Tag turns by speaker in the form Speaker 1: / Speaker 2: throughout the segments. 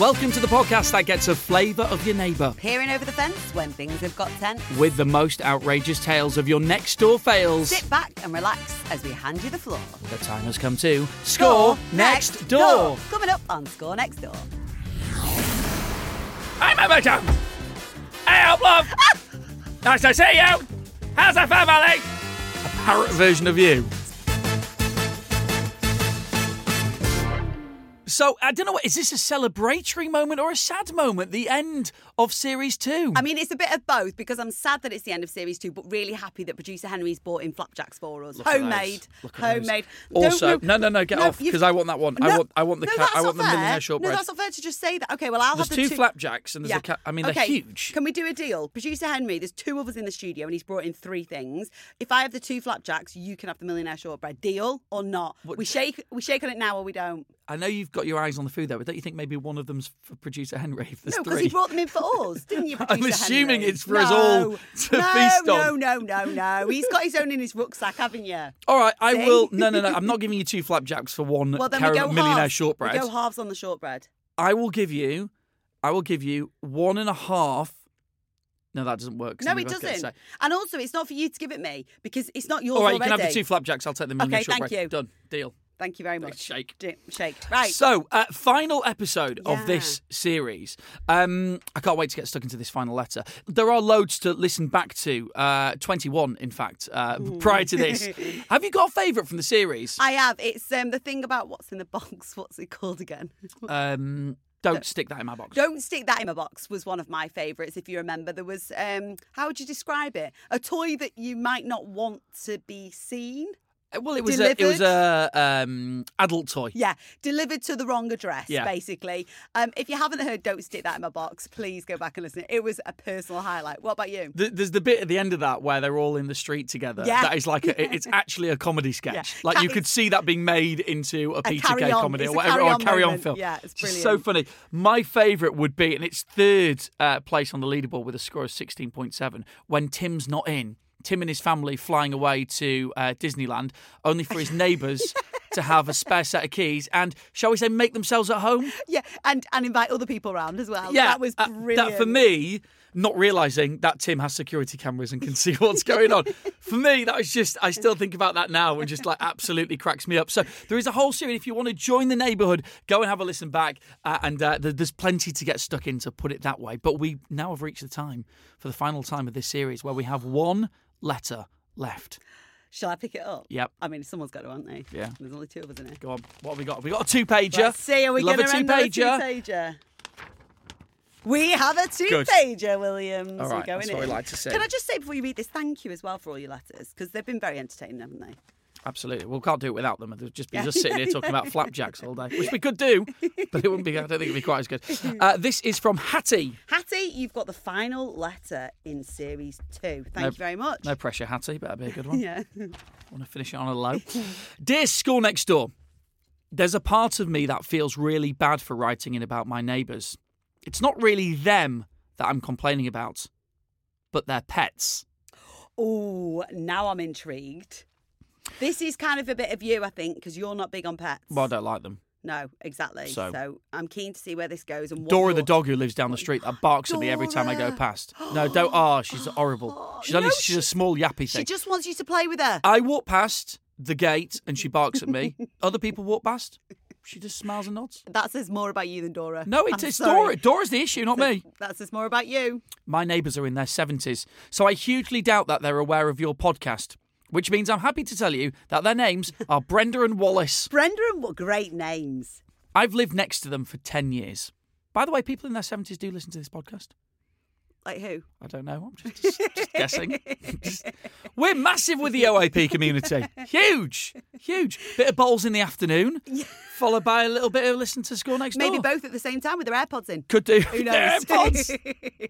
Speaker 1: Welcome to the podcast that gets a flavour of your neighbour
Speaker 2: Peering over the fence when things have got tense.
Speaker 1: with the most outrageous tales of your next door fails.
Speaker 2: Sit back and relax as we hand you the floor.
Speaker 1: The time has come to score next door.
Speaker 2: Coming up on Score Next Door.
Speaker 1: I'm Emma Jones. Help, love. nice to see you. How's the family? A parrot version of you. So I don't know. Is this a celebratory moment or a sad moment? The end of series two.
Speaker 2: I mean, it's a bit of both because I'm sad that it's the end of series two, but really happy that producer Henry's bought in flapjacks for us.
Speaker 1: at
Speaker 2: homemade,
Speaker 1: those. Look at those.
Speaker 2: homemade.
Speaker 1: Also- no, no, no, get off,
Speaker 2: you've-
Speaker 1: 'cause I want that one. I want- I want the
Speaker 2: no,
Speaker 1: ca-
Speaker 2: that's
Speaker 1: I want
Speaker 2: not
Speaker 1: the
Speaker 2: fair.
Speaker 1: millionaire shortbread.
Speaker 2: No, that's not fair to just say that. Okay, well, I'll
Speaker 1: there's
Speaker 2: have the
Speaker 1: two, flapjacks and there's
Speaker 2: Yeah.
Speaker 1: a cat. I mean,
Speaker 2: okay.
Speaker 1: they're huge.
Speaker 2: Can we do a deal? Producer Henry, there's two of us in the studio and he's brought in three things. If I have the two flapjacks, you can have the millionaire shortbread. Deal or not? We shake we shake on it now or we don't.
Speaker 1: I know you've got your eyes on the food there, but don't you think maybe one of them's for producer Henry? If there's
Speaker 2: no, because
Speaker 1: three.
Speaker 2: he Oh, brought them in for us, didn't you?
Speaker 1: I'm
Speaker 2: producer
Speaker 1: assuming
Speaker 2: Henry?
Speaker 1: it's for us all
Speaker 2: No.
Speaker 1: to
Speaker 2: no,
Speaker 1: feast on.
Speaker 2: No, no, no, no. He's got his own in his rucksack, haven't you?
Speaker 1: All right, I
Speaker 2: See?
Speaker 1: will. No, no, no. I'm not giving you two flapjacks for one
Speaker 2: Well, then we
Speaker 1: caramel
Speaker 2: go
Speaker 1: millionaire
Speaker 2: halves.
Speaker 1: shortbread.
Speaker 2: We go halves on the shortbread.
Speaker 1: I will give you. I will give you one and a half. No, that doesn't work. 'cause
Speaker 2: No,
Speaker 1: then
Speaker 2: it
Speaker 1: we've got to
Speaker 2: doesn't.
Speaker 1: say-
Speaker 2: And also, it's not for you to give it me because it's not yours
Speaker 1: All right, you
Speaker 2: already.
Speaker 1: can have the two flapjacks. I'll take the millionaire
Speaker 2: Okay, thank
Speaker 1: shortbread.
Speaker 2: you.
Speaker 1: Done. Deal.
Speaker 2: Thank you very much.
Speaker 1: shake.
Speaker 2: D- shake. Right.
Speaker 1: So, uh, final episode of
Speaker 2: Yeah.
Speaker 1: this series. Um, I can't wait to get stuck into this final letter. There are loads to listen back to. Uh, Twenty-one, in fact, uh, prior to this. Have you got a favourite from the series?
Speaker 2: Hmm. I have. It's um, the thing about what's in the box. What's it called again?
Speaker 1: Um, don't stick that in my box.
Speaker 2: Don't stick that in my box was one of my favourites. If you remember, there was um, how would you describe it? A toy that you might not want to be seen.
Speaker 1: Uh, Well, it was a, it was a um, adult toy.
Speaker 2: Yeah, delivered to the wrong address,
Speaker 1: Yeah.
Speaker 2: basically. Um, if you haven't heard, don't stick that in my box. Please go back and listen. It was a personal highlight. What about you?
Speaker 1: Th- There's the bit at the end of that where they're all in the street together.
Speaker 2: Yeah.
Speaker 1: That is like a, it- it's actually a comedy sketch.
Speaker 2: Yeah.
Speaker 1: Like you
Speaker 2: Ca-
Speaker 1: could see that being made into a, Peter Kay
Speaker 2: carry-on.
Speaker 1: comedy
Speaker 2: It's
Speaker 1: or
Speaker 2: a
Speaker 1: whatever, or a
Speaker 2: carry-on
Speaker 1: carry-on
Speaker 2: moment.
Speaker 1: film.
Speaker 2: Yeah, it's
Speaker 1: just so
Speaker 2: brilliant.
Speaker 1: funny. My favourite would be, and it's third uh, place on the leaderboard with a score of 16.7. When Tim's not in, Tim and his family flying away to uh, Disneyland, only for his neighbours to have a spare set of keys and, shall we say, make themselves at home.
Speaker 2: Yeah, and and invite other people around as well.
Speaker 1: Yeah,
Speaker 2: that was
Speaker 1: uh,
Speaker 2: brilliant.
Speaker 1: that for me, not realizing that Tim has security cameras and can see what's going on. for me, that was just I still think about that now and just like absolutely cracks me up. So there is a whole series. If you want to join the neighborhood, go and have a listen back, uh, and uh, there- there's plenty to get stuck into. Put it that way. But we now have reached the time for the final time of this series where we have one letter left.
Speaker 2: Shall I pick it up?
Speaker 1: Yep.
Speaker 2: I mean, someone's got to, aren't they?
Speaker 1: Yeah.
Speaker 2: There's only two of us in here.
Speaker 1: Go on. What have we got? Have we got a two pager.
Speaker 2: Let's see, are we
Speaker 1: Love
Speaker 2: going
Speaker 1: a
Speaker 2: to
Speaker 1: two
Speaker 2: end on a
Speaker 1: pager.
Speaker 2: two-pager? We have a two-pager, Williams.
Speaker 1: All
Speaker 2: We're
Speaker 1: right,
Speaker 2: going
Speaker 1: that's what we
Speaker 2: in.
Speaker 1: like to see.
Speaker 2: Can I just say before you read this, thank you as well for all your letters because they've been very entertaining, haven't they?
Speaker 1: Absolutely. We can't do it without them. They'll just be just sitting here talking about flapjacks all day, which we could do, but it wouldn't be. I don't think it'd be quite as good. Uh, this is from Hattie.
Speaker 2: Hattie, you've got the final letter in series two. Thank
Speaker 1: No-
Speaker 2: you very much.
Speaker 1: No pressure, Hattie. Better be a good one.
Speaker 2: Yeah.
Speaker 1: Want to finish it on a low. Dear school next door, there's a part of me that feels really bad for writing in about my neighbours. It's not really them that I'm complaining about, but their pets.
Speaker 2: Oh, now I'm intrigued. This is kind of a bit of you, I think, because you're not big on pets.
Speaker 1: Well, I don't like them.
Speaker 2: No, exactly.
Speaker 1: So-
Speaker 2: So. I'm keen to see where this goes and what
Speaker 1: Dora
Speaker 2: your-
Speaker 1: the dog who lives down the street that barks at me every time I go
Speaker 2: Dora.
Speaker 1: past. No, don't. Ah, she's horrible. She's only
Speaker 2: No,
Speaker 1: she's a small yappy
Speaker 2: She
Speaker 1: thing. Uh,
Speaker 2: just wants you to play with her.
Speaker 1: I walk past the gate and she barks at me. Other people walk past. She just smiles and nods.
Speaker 2: That says more about you than Dora.
Speaker 1: No,
Speaker 2: I'm
Speaker 1: it's, it's Dora.
Speaker 2: sorry.
Speaker 1: Dora's the issue, not me.
Speaker 2: That says more about you.
Speaker 1: My neighbours are in their 70s, so I hugely doubt that they're aware of your podcast, which means I'm happy to tell you that their names are Brenda and Wallace.
Speaker 2: Brenda and what great names.
Speaker 1: I've lived next to them for 10 years. By the way, people in their 70s do listen to this podcast.
Speaker 2: Like who?
Speaker 1: I don't know. I'm just, just, just guessing. Just- we're massive with the OAP community. Huge, huge. Bit of bowls in the afternoon, followed by a little bit of listen to school next
Speaker 2: Maybe
Speaker 1: door.
Speaker 2: both at the same time with their AirPods in.
Speaker 1: Could do.
Speaker 2: Who knows?
Speaker 1: AirPods.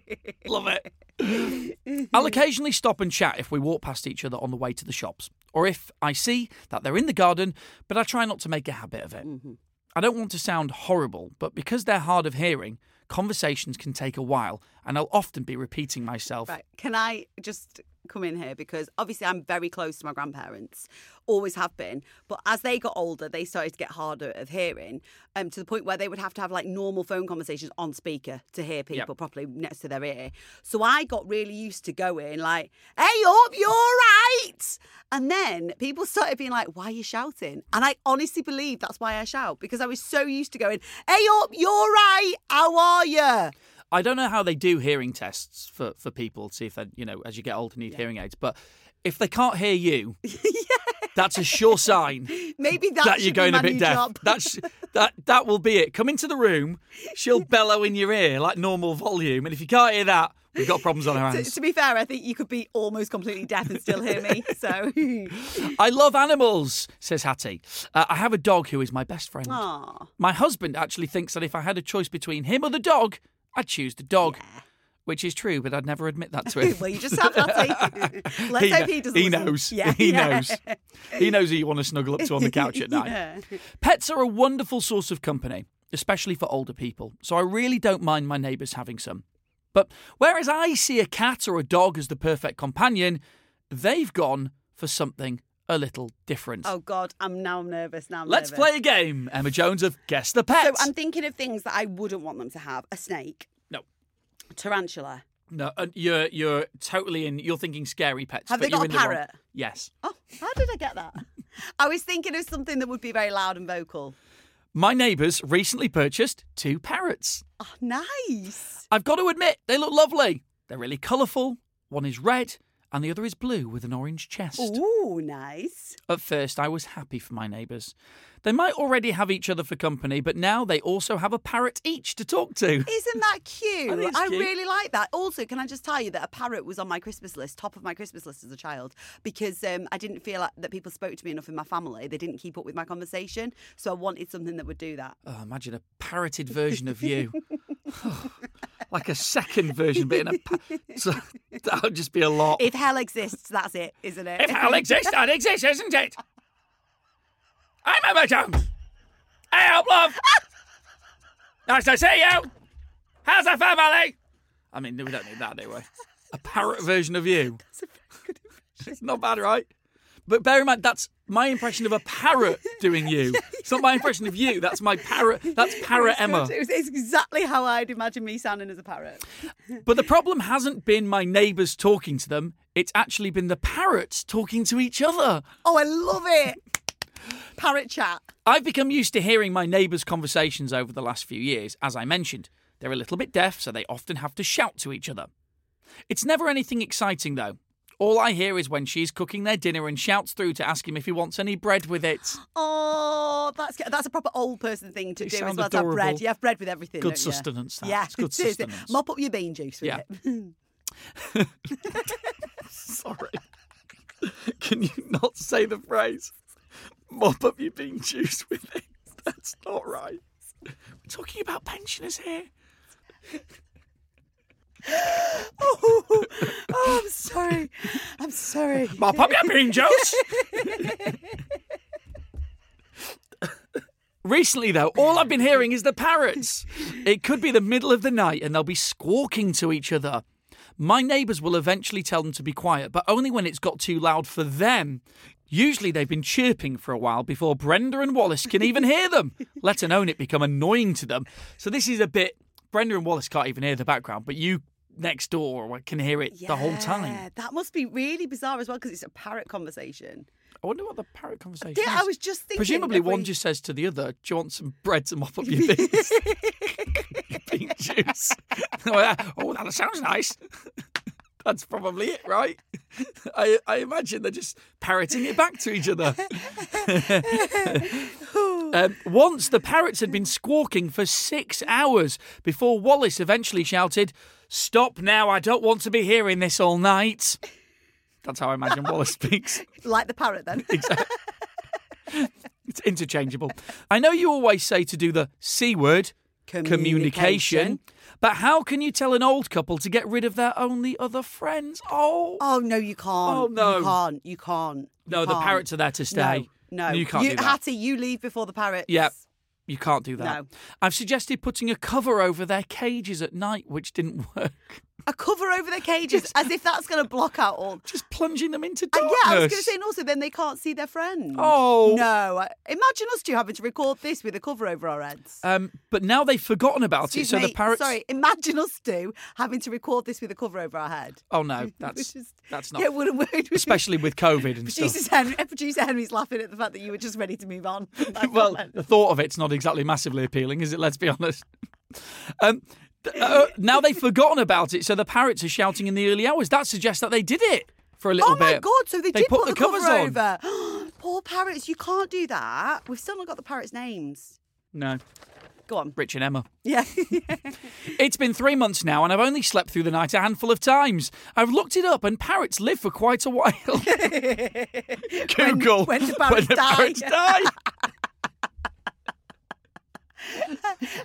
Speaker 1: Love it. I'll occasionally stop and chat if we walk past each other on the way to the shops, or if I see that they're in the garden, but I try not to make a habit of it.
Speaker 2: Mm-hmm.
Speaker 1: I don't want to sound horrible, but because they're hard of hearing, conversations can take a while and I'll often be repeating myself.
Speaker 2: Right. Can I just come in here because obviously I'm very close to my grandparents, always have been. But as they got older, they started to get harder of hearing, um, to the point where they would have to have like normal phone conversations on speaker to hear people properly next to their ear. So I got really used to going like, "Hey up, you're right," and then people started being like, "Why are you shouting?" And I honestly believe that's why I shout because I was so used to going, "Hey up, you're right. How are you?"
Speaker 1: I don't know how they do hearing tests for, for people to see if they, you know, as you get older, need hearing aids. But if they can't hear you, that's a sure sign
Speaker 2: Maybe that,
Speaker 1: that
Speaker 2: should
Speaker 1: you're
Speaker 2: be
Speaker 1: going
Speaker 2: my
Speaker 1: a bit
Speaker 2: new
Speaker 1: deaf.
Speaker 2: job.
Speaker 1: That's that that will be it. Come into the room, she'll bellow in your ear like normal volume, and if you can't hear that, we've got problems on our
Speaker 2: To,
Speaker 1: hands.
Speaker 2: to be fair, I think you could be almost completely deaf and still hear me. So,
Speaker 1: I love animals, says Hattie. Uh, I have a dog who is my best friend.
Speaker 2: Aw.
Speaker 1: My husband actually thinks that if I had a choice between him or the dog, I'd choose the dog. Which is true, but I'd never admit that to him.
Speaker 2: well, you just have that. Let's hope he doesn't. listen.
Speaker 1: knows.
Speaker 2: Yeah,
Speaker 1: He
Speaker 2: yeah.
Speaker 1: knows. He knows who you want to snuggle up to on the couch at night.
Speaker 2: Yeah.
Speaker 1: Pets are a wonderful source of company, especially for older people. So I really don't mind my neighbours having some. But whereas I see a cat or a dog as the perfect companion, they've gone for something a little different.
Speaker 2: Oh God, I'm now nervous. Now I'm
Speaker 1: Let's
Speaker 2: nervous.
Speaker 1: play a game, Emma Jones of Guess the
Speaker 2: So um
Speaker 1: Pet.
Speaker 2: I'm thinking of things that I wouldn't want them to have: a snake,
Speaker 1: No.
Speaker 2: tarantula.
Speaker 1: no, uh, you're you're totally in. You're thinking scary pets.
Speaker 2: Have
Speaker 1: but
Speaker 2: they got
Speaker 1: you're
Speaker 2: a
Speaker 1: in the wrong-
Speaker 2: parrot?
Speaker 1: Yes.
Speaker 2: Oh, how did I get that? I was thinking of something that would be very loud and vocal.
Speaker 1: My neighbours recently purchased two parrots.
Speaker 2: Oh, nice.
Speaker 1: I've got to admit, they look lovely. They're really colourful. One is red and the other is blue with an orange chest.
Speaker 2: Ooh, nice.
Speaker 1: At first, I was happy for my neighbours. They might already have each other for company, but now they also have a parrot each to talk to.
Speaker 2: Isn't that cute?
Speaker 1: I think it's
Speaker 2: I
Speaker 1: cute.
Speaker 2: really like that. Also, can I just tell you that a parrot was on my Christmas list, top of my Christmas list as a child, because um, I didn't feel like that people spoke to me enough in my family. They didn't keep up with my conversation, so I wanted something that would do that.
Speaker 1: Oh, imagine a parroted version of you. like a second version, but in a. Pa- so, that would just be a lot.
Speaker 2: If hell exists, that's it, isn't it?
Speaker 1: If hell exists, I'd exist, isn't it? I'm Emma Jones. Hey, up, love. nice to see you. How's the family? I mean, we don't need that anyway. A parrot version of you.
Speaker 2: It's a very good impression.
Speaker 1: It's not bad, right? But bear in mind, that's my impression of a parrot doing you. It's not my impression of you. That's my parrot. That's parrot
Speaker 2: It's
Speaker 1: Emma.
Speaker 2: good. It was, it's exactly how I'd imagine me sounding as a parrot.
Speaker 1: But the problem hasn't been my neighbours talking to them. It's actually been the parrots talking to each other.
Speaker 2: Oh, I love it. parrot chat.
Speaker 1: I've become used to hearing my neighbours' conversations over the last few years. As I mentioned, they're a little bit deaf, so they often have to shout to each other. It's never anything exciting, though. All I hear is when she's cooking their dinner and shouts through to ask him if he wants any bread with it.
Speaker 2: Oh, that's that's a proper old person thing to
Speaker 1: They
Speaker 2: do as
Speaker 1: sound
Speaker 2: well to have bread.
Speaker 1: adorable.
Speaker 2: You have bread with everything.
Speaker 1: Good
Speaker 2: don't you?
Speaker 1: sustenance, that.
Speaker 2: Yeah,
Speaker 1: It's good
Speaker 2: it is.
Speaker 1: sustenance.
Speaker 2: Mop up your bean juice with
Speaker 1: Yeah.
Speaker 2: it.
Speaker 1: Sorry. Can you not say the phrase? Mop up your bean juice with it. That's not right. We're talking about pensioners here.
Speaker 2: oh, oh, I'm sorry. I'm sorry.
Speaker 1: Mop up your bean juice. Recently, though, all I've been hearing is the parrots. It could be the middle of the night and they'll be squawking to each other. My neighbours will eventually tell them to be quiet, but only when it's got too loud for them. Usually, they've been chirping for a while before Brenda and Wallace can even hear them, let alone it become annoying to them. So, this is a bit. Brenda and Wallace can't even hear the background, but you next door can hear it the whole time.
Speaker 2: Yeah, That must be really bizarre as well because it's a parrot conversation.
Speaker 1: I wonder what the parrot conversation
Speaker 2: Yeah,
Speaker 1: is.
Speaker 2: I was just thinking.
Speaker 1: Presumably,
Speaker 2: that
Speaker 1: one
Speaker 2: we-
Speaker 1: just says to the other, "Do you want some bread to mop up your beans? Your bean juice." oh, that sounds nice. That's probably it, right? I, I imagine they're just parroting it back to each other. um, once the parrots had been squawking for six hours before Wallace eventually shouted, "Stop now! I don't want to be hearing this all night." That's how I imagine Wallace speaks.
Speaker 2: like the parrot then.
Speaker 1: It's interchangeable. I know you always say to do the C word, communication, but how can you tell an old couple to get rid of their only other friends? Oh,
Speaker 2: Oh no, you can't.
Speaker 1: Oh, no.
Speaker 2: you can't. You can't. You
Speaker 1: no, the
Speaker 2: can't.
Speaker 1: parrots are there to stay.
Speaker 2: No, no.
Speaker 1: You can't do that.
Speaker 2: Hattie, you leave before the parrots.
Speaker 1: Yep. You can't do that.
Speaker 2: No.
Speaker 1: I've suggested putting a cover over their cages at night, which didn't work.
Speaker 2: A cover over the cages as if that's going to block out all.
Speaker 1: Just plunging them into
Speaker 2: And
Speaker 1: darkness.
Speaker 2: Uh, yeah, I was going to say, and also then they can't see their friends.
Speaker 1: Oh.
Speaker 2: No. I- Imagine us two having to record this with a cover over our heads.
Speaker 1: Um, but now they've forgotten about
Speaker 2: Excuse
Speaker 1: it, so
Speaker 2: me,
Speaker 1: the parrots.
Speaker 2: Sorry, imagine us two having to record this with a cover over our head.
Speaker 1: Oh no, that's
Speaker 2: Which is-
Speaker 1: that's not.
Speaker 2: Yeah, what a word.
Speaker 1: especially with COVID and stuff.
Speaker 2: Producer, Henry, producer Henry's laughing at the fact that you were just ready to move on. from that
Speaker 1: well,
Speaker 2: comment.
Speaker 1: the thought of it's not exactly massively appealing, is it? Let's be honest. Um, th- uh, now they've forgotten about it, so the parrots are shouting in the early hours. That suggests that they did it for a little
Speaker 2: oh
Speaker 1: bit.
Speaker 2: my god! So they,
Speaker 1: They
Speaker 2: did
Speaker 1: put
Speaker 2: put
Speaker 1: the
Speaker 2: cover
Speaker 1: covers on.
Speaker 2: over. Poor parrots, you can't do that. We've still not got the parrots' names.
Speaker 1: No,
Speaker 2: Go on.
Speaker 1: Rich and Emma.
Speaker 2: Yeah.
Speaker 1: It's been three months now, and I've only slept through the night a handful of times. I've looked it up, and parrots live for quite a while. Google
Speaker 2: when do parrots
Speaker 1: do
Speaker 2: die?
Speaker 1: parrots die?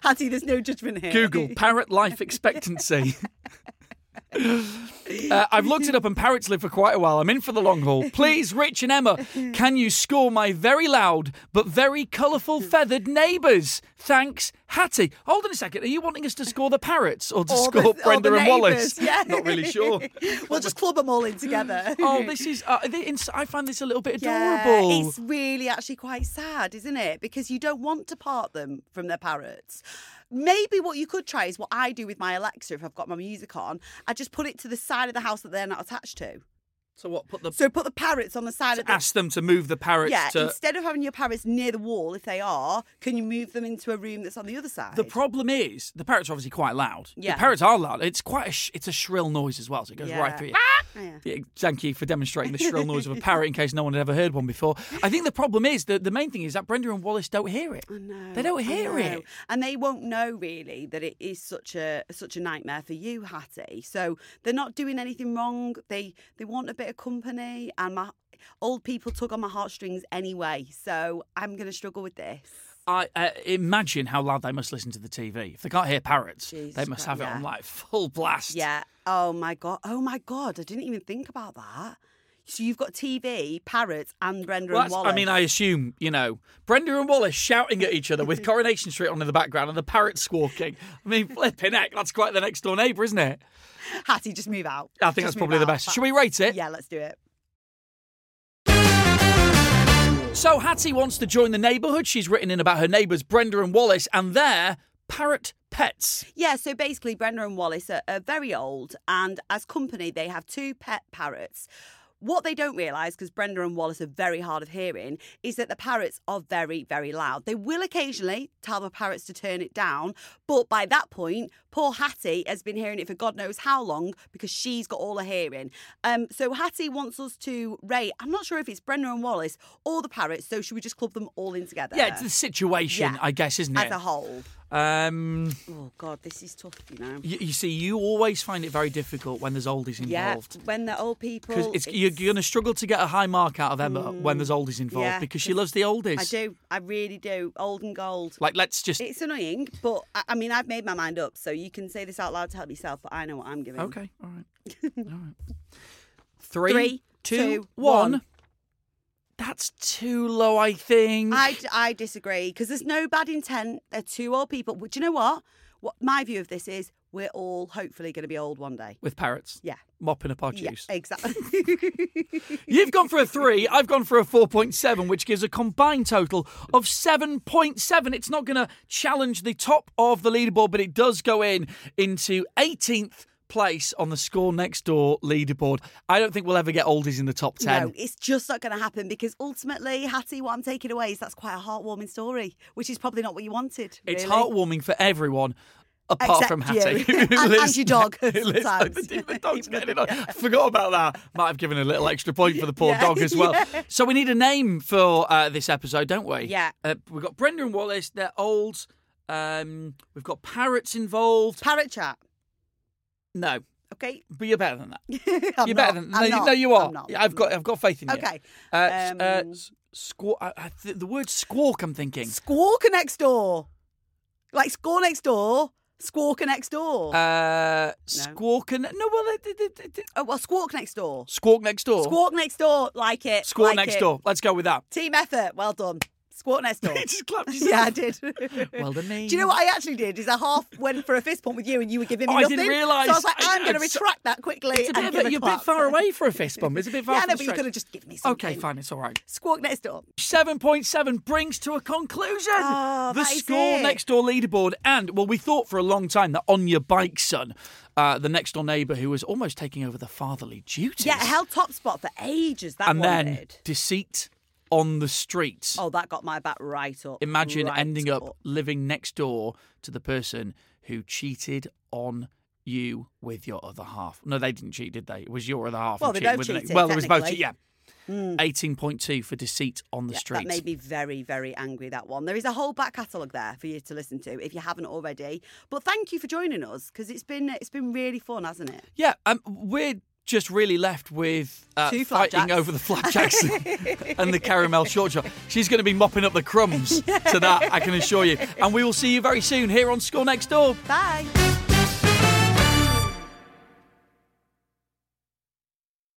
Speaker 2: Hattie, there's no judgment here.
Speaker 1: Google parrot life expectancy. Uh, I've looked it up and parrots live for quite a while. I'm in for the long haul. Please, Rich and Emma, can you score my very loud but very colourful feathered neighbours? Thanks, Hattie. Hold on a second. Are you wanting us to score the parrots or to
Speaker 2: All the-
Speaker 1: score
Speaker 2: all the
Speaker 1: Brenda and Wallace?
Speaker 2: neighbours, yeah.
Speaker 1: Not really sure.
Speaker 2: we'll just club them all in together.
Speaker 1: Oh, this is. Uh, the ins- I find this a little bit
Speaker 2: Yeah,
Speaker 1: adorable.
Speaker 2: it's really actually quite sad, isn't it? Because you don't want to part them from their parrots. Maybe what you could try is what I do with my Alexa if I've got my music on. I just put it to the side of the house that they're not attached to.
Speaker 1: so what? Put the
Speaker 2: So put the parrots on the side of the
Speaker 1: ask them to move the parrots
Speaker 2: Yeah,
Speaker 1: to.
Speaker 2: instead of having your parrots near the wall, if they are, can you move them into a room that's on the other side?
Speaker 1: The problem is the parrots are obviously quite loud.
Speaker 2: Yeah.
Speaker 1: The parrots are loud. It's quite a sh- it's a shrill noise as well, so it goes right
Speaker 2: Yeah. Ah!
Speaker 1: through you.
Speaker 2: Yeah.
Speaker 1: Yeah, thank you for demonstrating the shrill noise of a parrot in case no one had ever heard one before. I think the problem is that the main thing is that Brenda and Wallace don't hear it.
Speaker 2: No,
Speaker 1: They don't
Speaker 2: I
Speaker 1: hear
Speaker 2: know.
Speaker 1: it.
Speaker 2: and they won't know really that it is such a such a nightmare for you, Hattie. So they're not doing anything wrong. They they want a bit of company, and my old people tug on my heartstrings anyway. So I'm going to struggle with this.
Speaker 1: I uh, imagine how loud they must listen to the TV. If they can't hear parrots,
Speaker 2: Jesus
Speaker 1: they must have it
Speaker 2: Christ,
Speaker 1: on
Speaker 2: yeah.
Speaker 1: like full blast.
Speaker 2: Yeah. Oh my god. Oh my god. I didn't even think about that. So you've got TV, parrots, and Brenda
Speaker 1: Well,
Speaker 2: and
Speaker 1: that's-
Speaker 2: Wallace.
Speaker 1: I mean, I assume you know Brenda and Wallace shouting at each other with Coronation Street on in the background and the parrots squawking. I mean, flipping heck, that's quite the next door neighbour, isn't it?
Speaker 2: Hattie, just move out.
Speaker 1: I think
Speaker 2: Just
Speaker 1: that's
Speaker 2: move
Speaker 1: probably the
Speaker 2: out.
Speaker 1: best. Should we rate it?
Speaker 2: Yeah, let's do it.
Speaker 1: So Hattie wants to join the neighbourhood. She's written in about her neighbours Brenda and Wallace and their parrot pets.
Speaker 2: Yeah, so basically, Brenda and Wallace are, are very old, and as company, they have two pet parrots. What they don't realise, because Brenda and Wallace are very hard of hearing, is that the parrots are very, very loud. They will occasionally tell the parrots to turn it down, but by that point, poor Hattie has been hearing it for God knows how long because she's got all her hearing. Um, so Hattie wants us to rate. I'm not sure if it's Brenda and Wallace or the parrots, so should we just club them all in together?
Speaker 1: Yeah, it's the situation,
Speaker 2: Uh, Yeah.
Speaker 1: I guess, isn't
Speaker 2: as
Speaker 1: it?
Speaker 2: a whole.
Speaker 1: um,
Speaker 2: Oh God, this is tough, you know.
Speaker 1: you, you see, you always find it very difficult when there's oldies involved.
Speaker 2: Yeah, when they're old people.
Speaker 1: Because it's, you're going to struggle to get a high mark out of Emma when there's oldies involved
Speaker 2: Mm, yeah,
Speaker 1: because she loves the oldies.
Speaker 2: I do. I really do. Old and gold.
Speaker 1: Like, let's just.
Speaker 2: It's annoying, but I, I mean, I've made my mind up, so you can say this out loud to help yourself, but I know what I'm giving.
Speaker 1: Okay, all right. All right.
Speaker 2: Three,
Speaker 1: two,
Speaker 2: two,
Speaker 1: one.
Speaker 2: one.
Speaker 1: That's too low, I think.
Speaker 2: I, d- I disagree because there's no bad intent. They're two old people. But do you know what? What my view of this is, we're all hopefully going to be old one day.
Speaker 1: With parrots.
Speaker 2: Yeah.
Speaker 1: Mopping up our
Speaker 2: Yeah,
Speaker 1: juice.
Speaker 2: exactly.
Speaker 1: You've gone for a three. I've gone for a 4.7, which gives a combined total of 7.7. It's not going to challenge the top of the leaderboard, but it does go in into 18th place on the score next door leaderboard. I don't think we'll ever get oldies in the top 10.
Speaker 2: no, it's just not going to happen because ultimately, Hattie, what I'm taking away is that's quite a heartwarming story, which is probably not what you wanted.
Speaker 1: It's
Speaker 2: really.
Speaker 1: heartwarming for everyone. Apart
Speaker 2: Except
Speaker 1: from
Speaker 2: you.
Speaker 1: Hattie, who
Speaker 2: And- and
Speaker 1: lives
Speaker 2: your dog,
Speaker 1: who lives-
Speaker 2: sometimes.
Speaker 1: the dog's getting it on. I forgot about that. Might have given a little extra point for the poor
Speaker 2: Yeah.
Speaker 1: dog as well.
Speaker 2: Yeah.
Speaker 1: So we need a name for uh, this episode, don't we?
Speaker 2: Yeah.
Speaker 1: Uh, we've got Brenda and Wallace. They're old. Um, we've got parrots involved.
Speaker 2: Parrot chat.
Speaker 1: No,
Speaker 2: Okay.
Speaker 1: but you're better than that.
Speaker 2: I'm
Speaker 1: you're
Speaker 2: not.
Speaker 1: better than
Speaker 2: I'm
Speaker 1: no, you-
Speaker 2: not.
Speaker 1: no, you are.
Speaker 2: I'm not.
Speaker 1: Yeah, I've got. I've got faith in you.
Speaker 2: Okay.
Speaker 1: Uh, s- uh,
Speaker 2: Um,
Speaker 1: s- squawk. I, I th- the word squawk. I'm thinking.
Speaker 2: Squawker next door. Like score next door. Squawker next door.
Speaker 1: Uh, squawk and no. Well, uh, d- d- d- d-
Speaker 2: oh well, squawk next door.
Speaker 1: squawk next door.
Speaker 2: Squawk next door. Like it.
Speaker 1: Squawk
Speaker 2: like
Speaker 1: next
Speaker 2: it.
Speaker 1: door. Let's go with that.
Speaker 2: Team effort. Well done. Squat next door.
Speaker 1: He just clapped his
Speaker 2: yeah, I did.
Speaker 1: Well done,
Speaker 2: Do you know what I actually did? Is I half went for a fist pump with you, and you were giving me
Speaker 1: Oh, I
Speaker 2: nothing.
Speaker 1: didn't realise.
Speaker 2: So I was like,
Speaker 1: I-
Speaker 2: I'm going to
Speaker 1: I'm so-
Speaker 2: retract that quickly.
Speaker 1: It's a bit
Speaker 2: and
Speaker 1: of
Speaker 2: give
Speaker 1: a- you're a bit
Speaker 2: clap.
Speaker 1: far away for a fist bump. It's a bit far
Speaker 2: Yeah, I
Speaker 1: from
Speaker 2: know,
Speaker 1: the
Speaker 2: but you
Speaker 1: straight.
Speaker 2: could have just given me something.
Speaker 1: Okay, fine, it's all right.
Speaker 2: Squawk next door.
Speaker 1: 7.7 brings to a conclusion
Speaker 2: Oh,
Speaker 1: the
Speaker 2: that is
Speaker 1: school
Speaker 2: it.
Speaker 1: next door leaderboard. And, well, we thought for a long time that On Your Bike Son, uh, the next door neighbour who was almost taking over the fatherly duties.
Speaker 2: Yeah, it held top spot for ages. That
Speaker 1: and
Speaker 2: one
Speaker 1: then
Speaker 2: did.
Speaker 1: deceit on the streets.
Speaker 2: Oh, that got my back right up.
Speaker 1: Imagine
Speaker 2: right
Speaker 1: ending up living next door to the person who cheated on you with your other half. No, they didn't cheat, did they? It was your other half. who
Speaker 2: Well, they both
Speaker 1: with the-
Speaker 2: cheated,
Speaker 1: Well, there was both.
Speaker 2: technically. Hmm.
Speaker 1: cheat- Yeah, eighteen point two for deceit on the
Speaker 2: That
Speaker 1: streets.
Speaker 2: made me very, very angry, that one. There is a whole back catalogue there for you to listen to if you haven't already. But thank you for joining us because it's been it's been really fun, hasn't it?
Speaker 1: Yeah, um, we're just really left with uh,
Speaker 2: Two
Speaker 1: fighting
Speaker 2: flapjacks.
Speaker 1: over the flapjacks and the caramel short shot. She's going to be mopping up the crumbs to that, I can assure you. And we will see you very soon here on Score Next Door.
Speaker 2: Bye.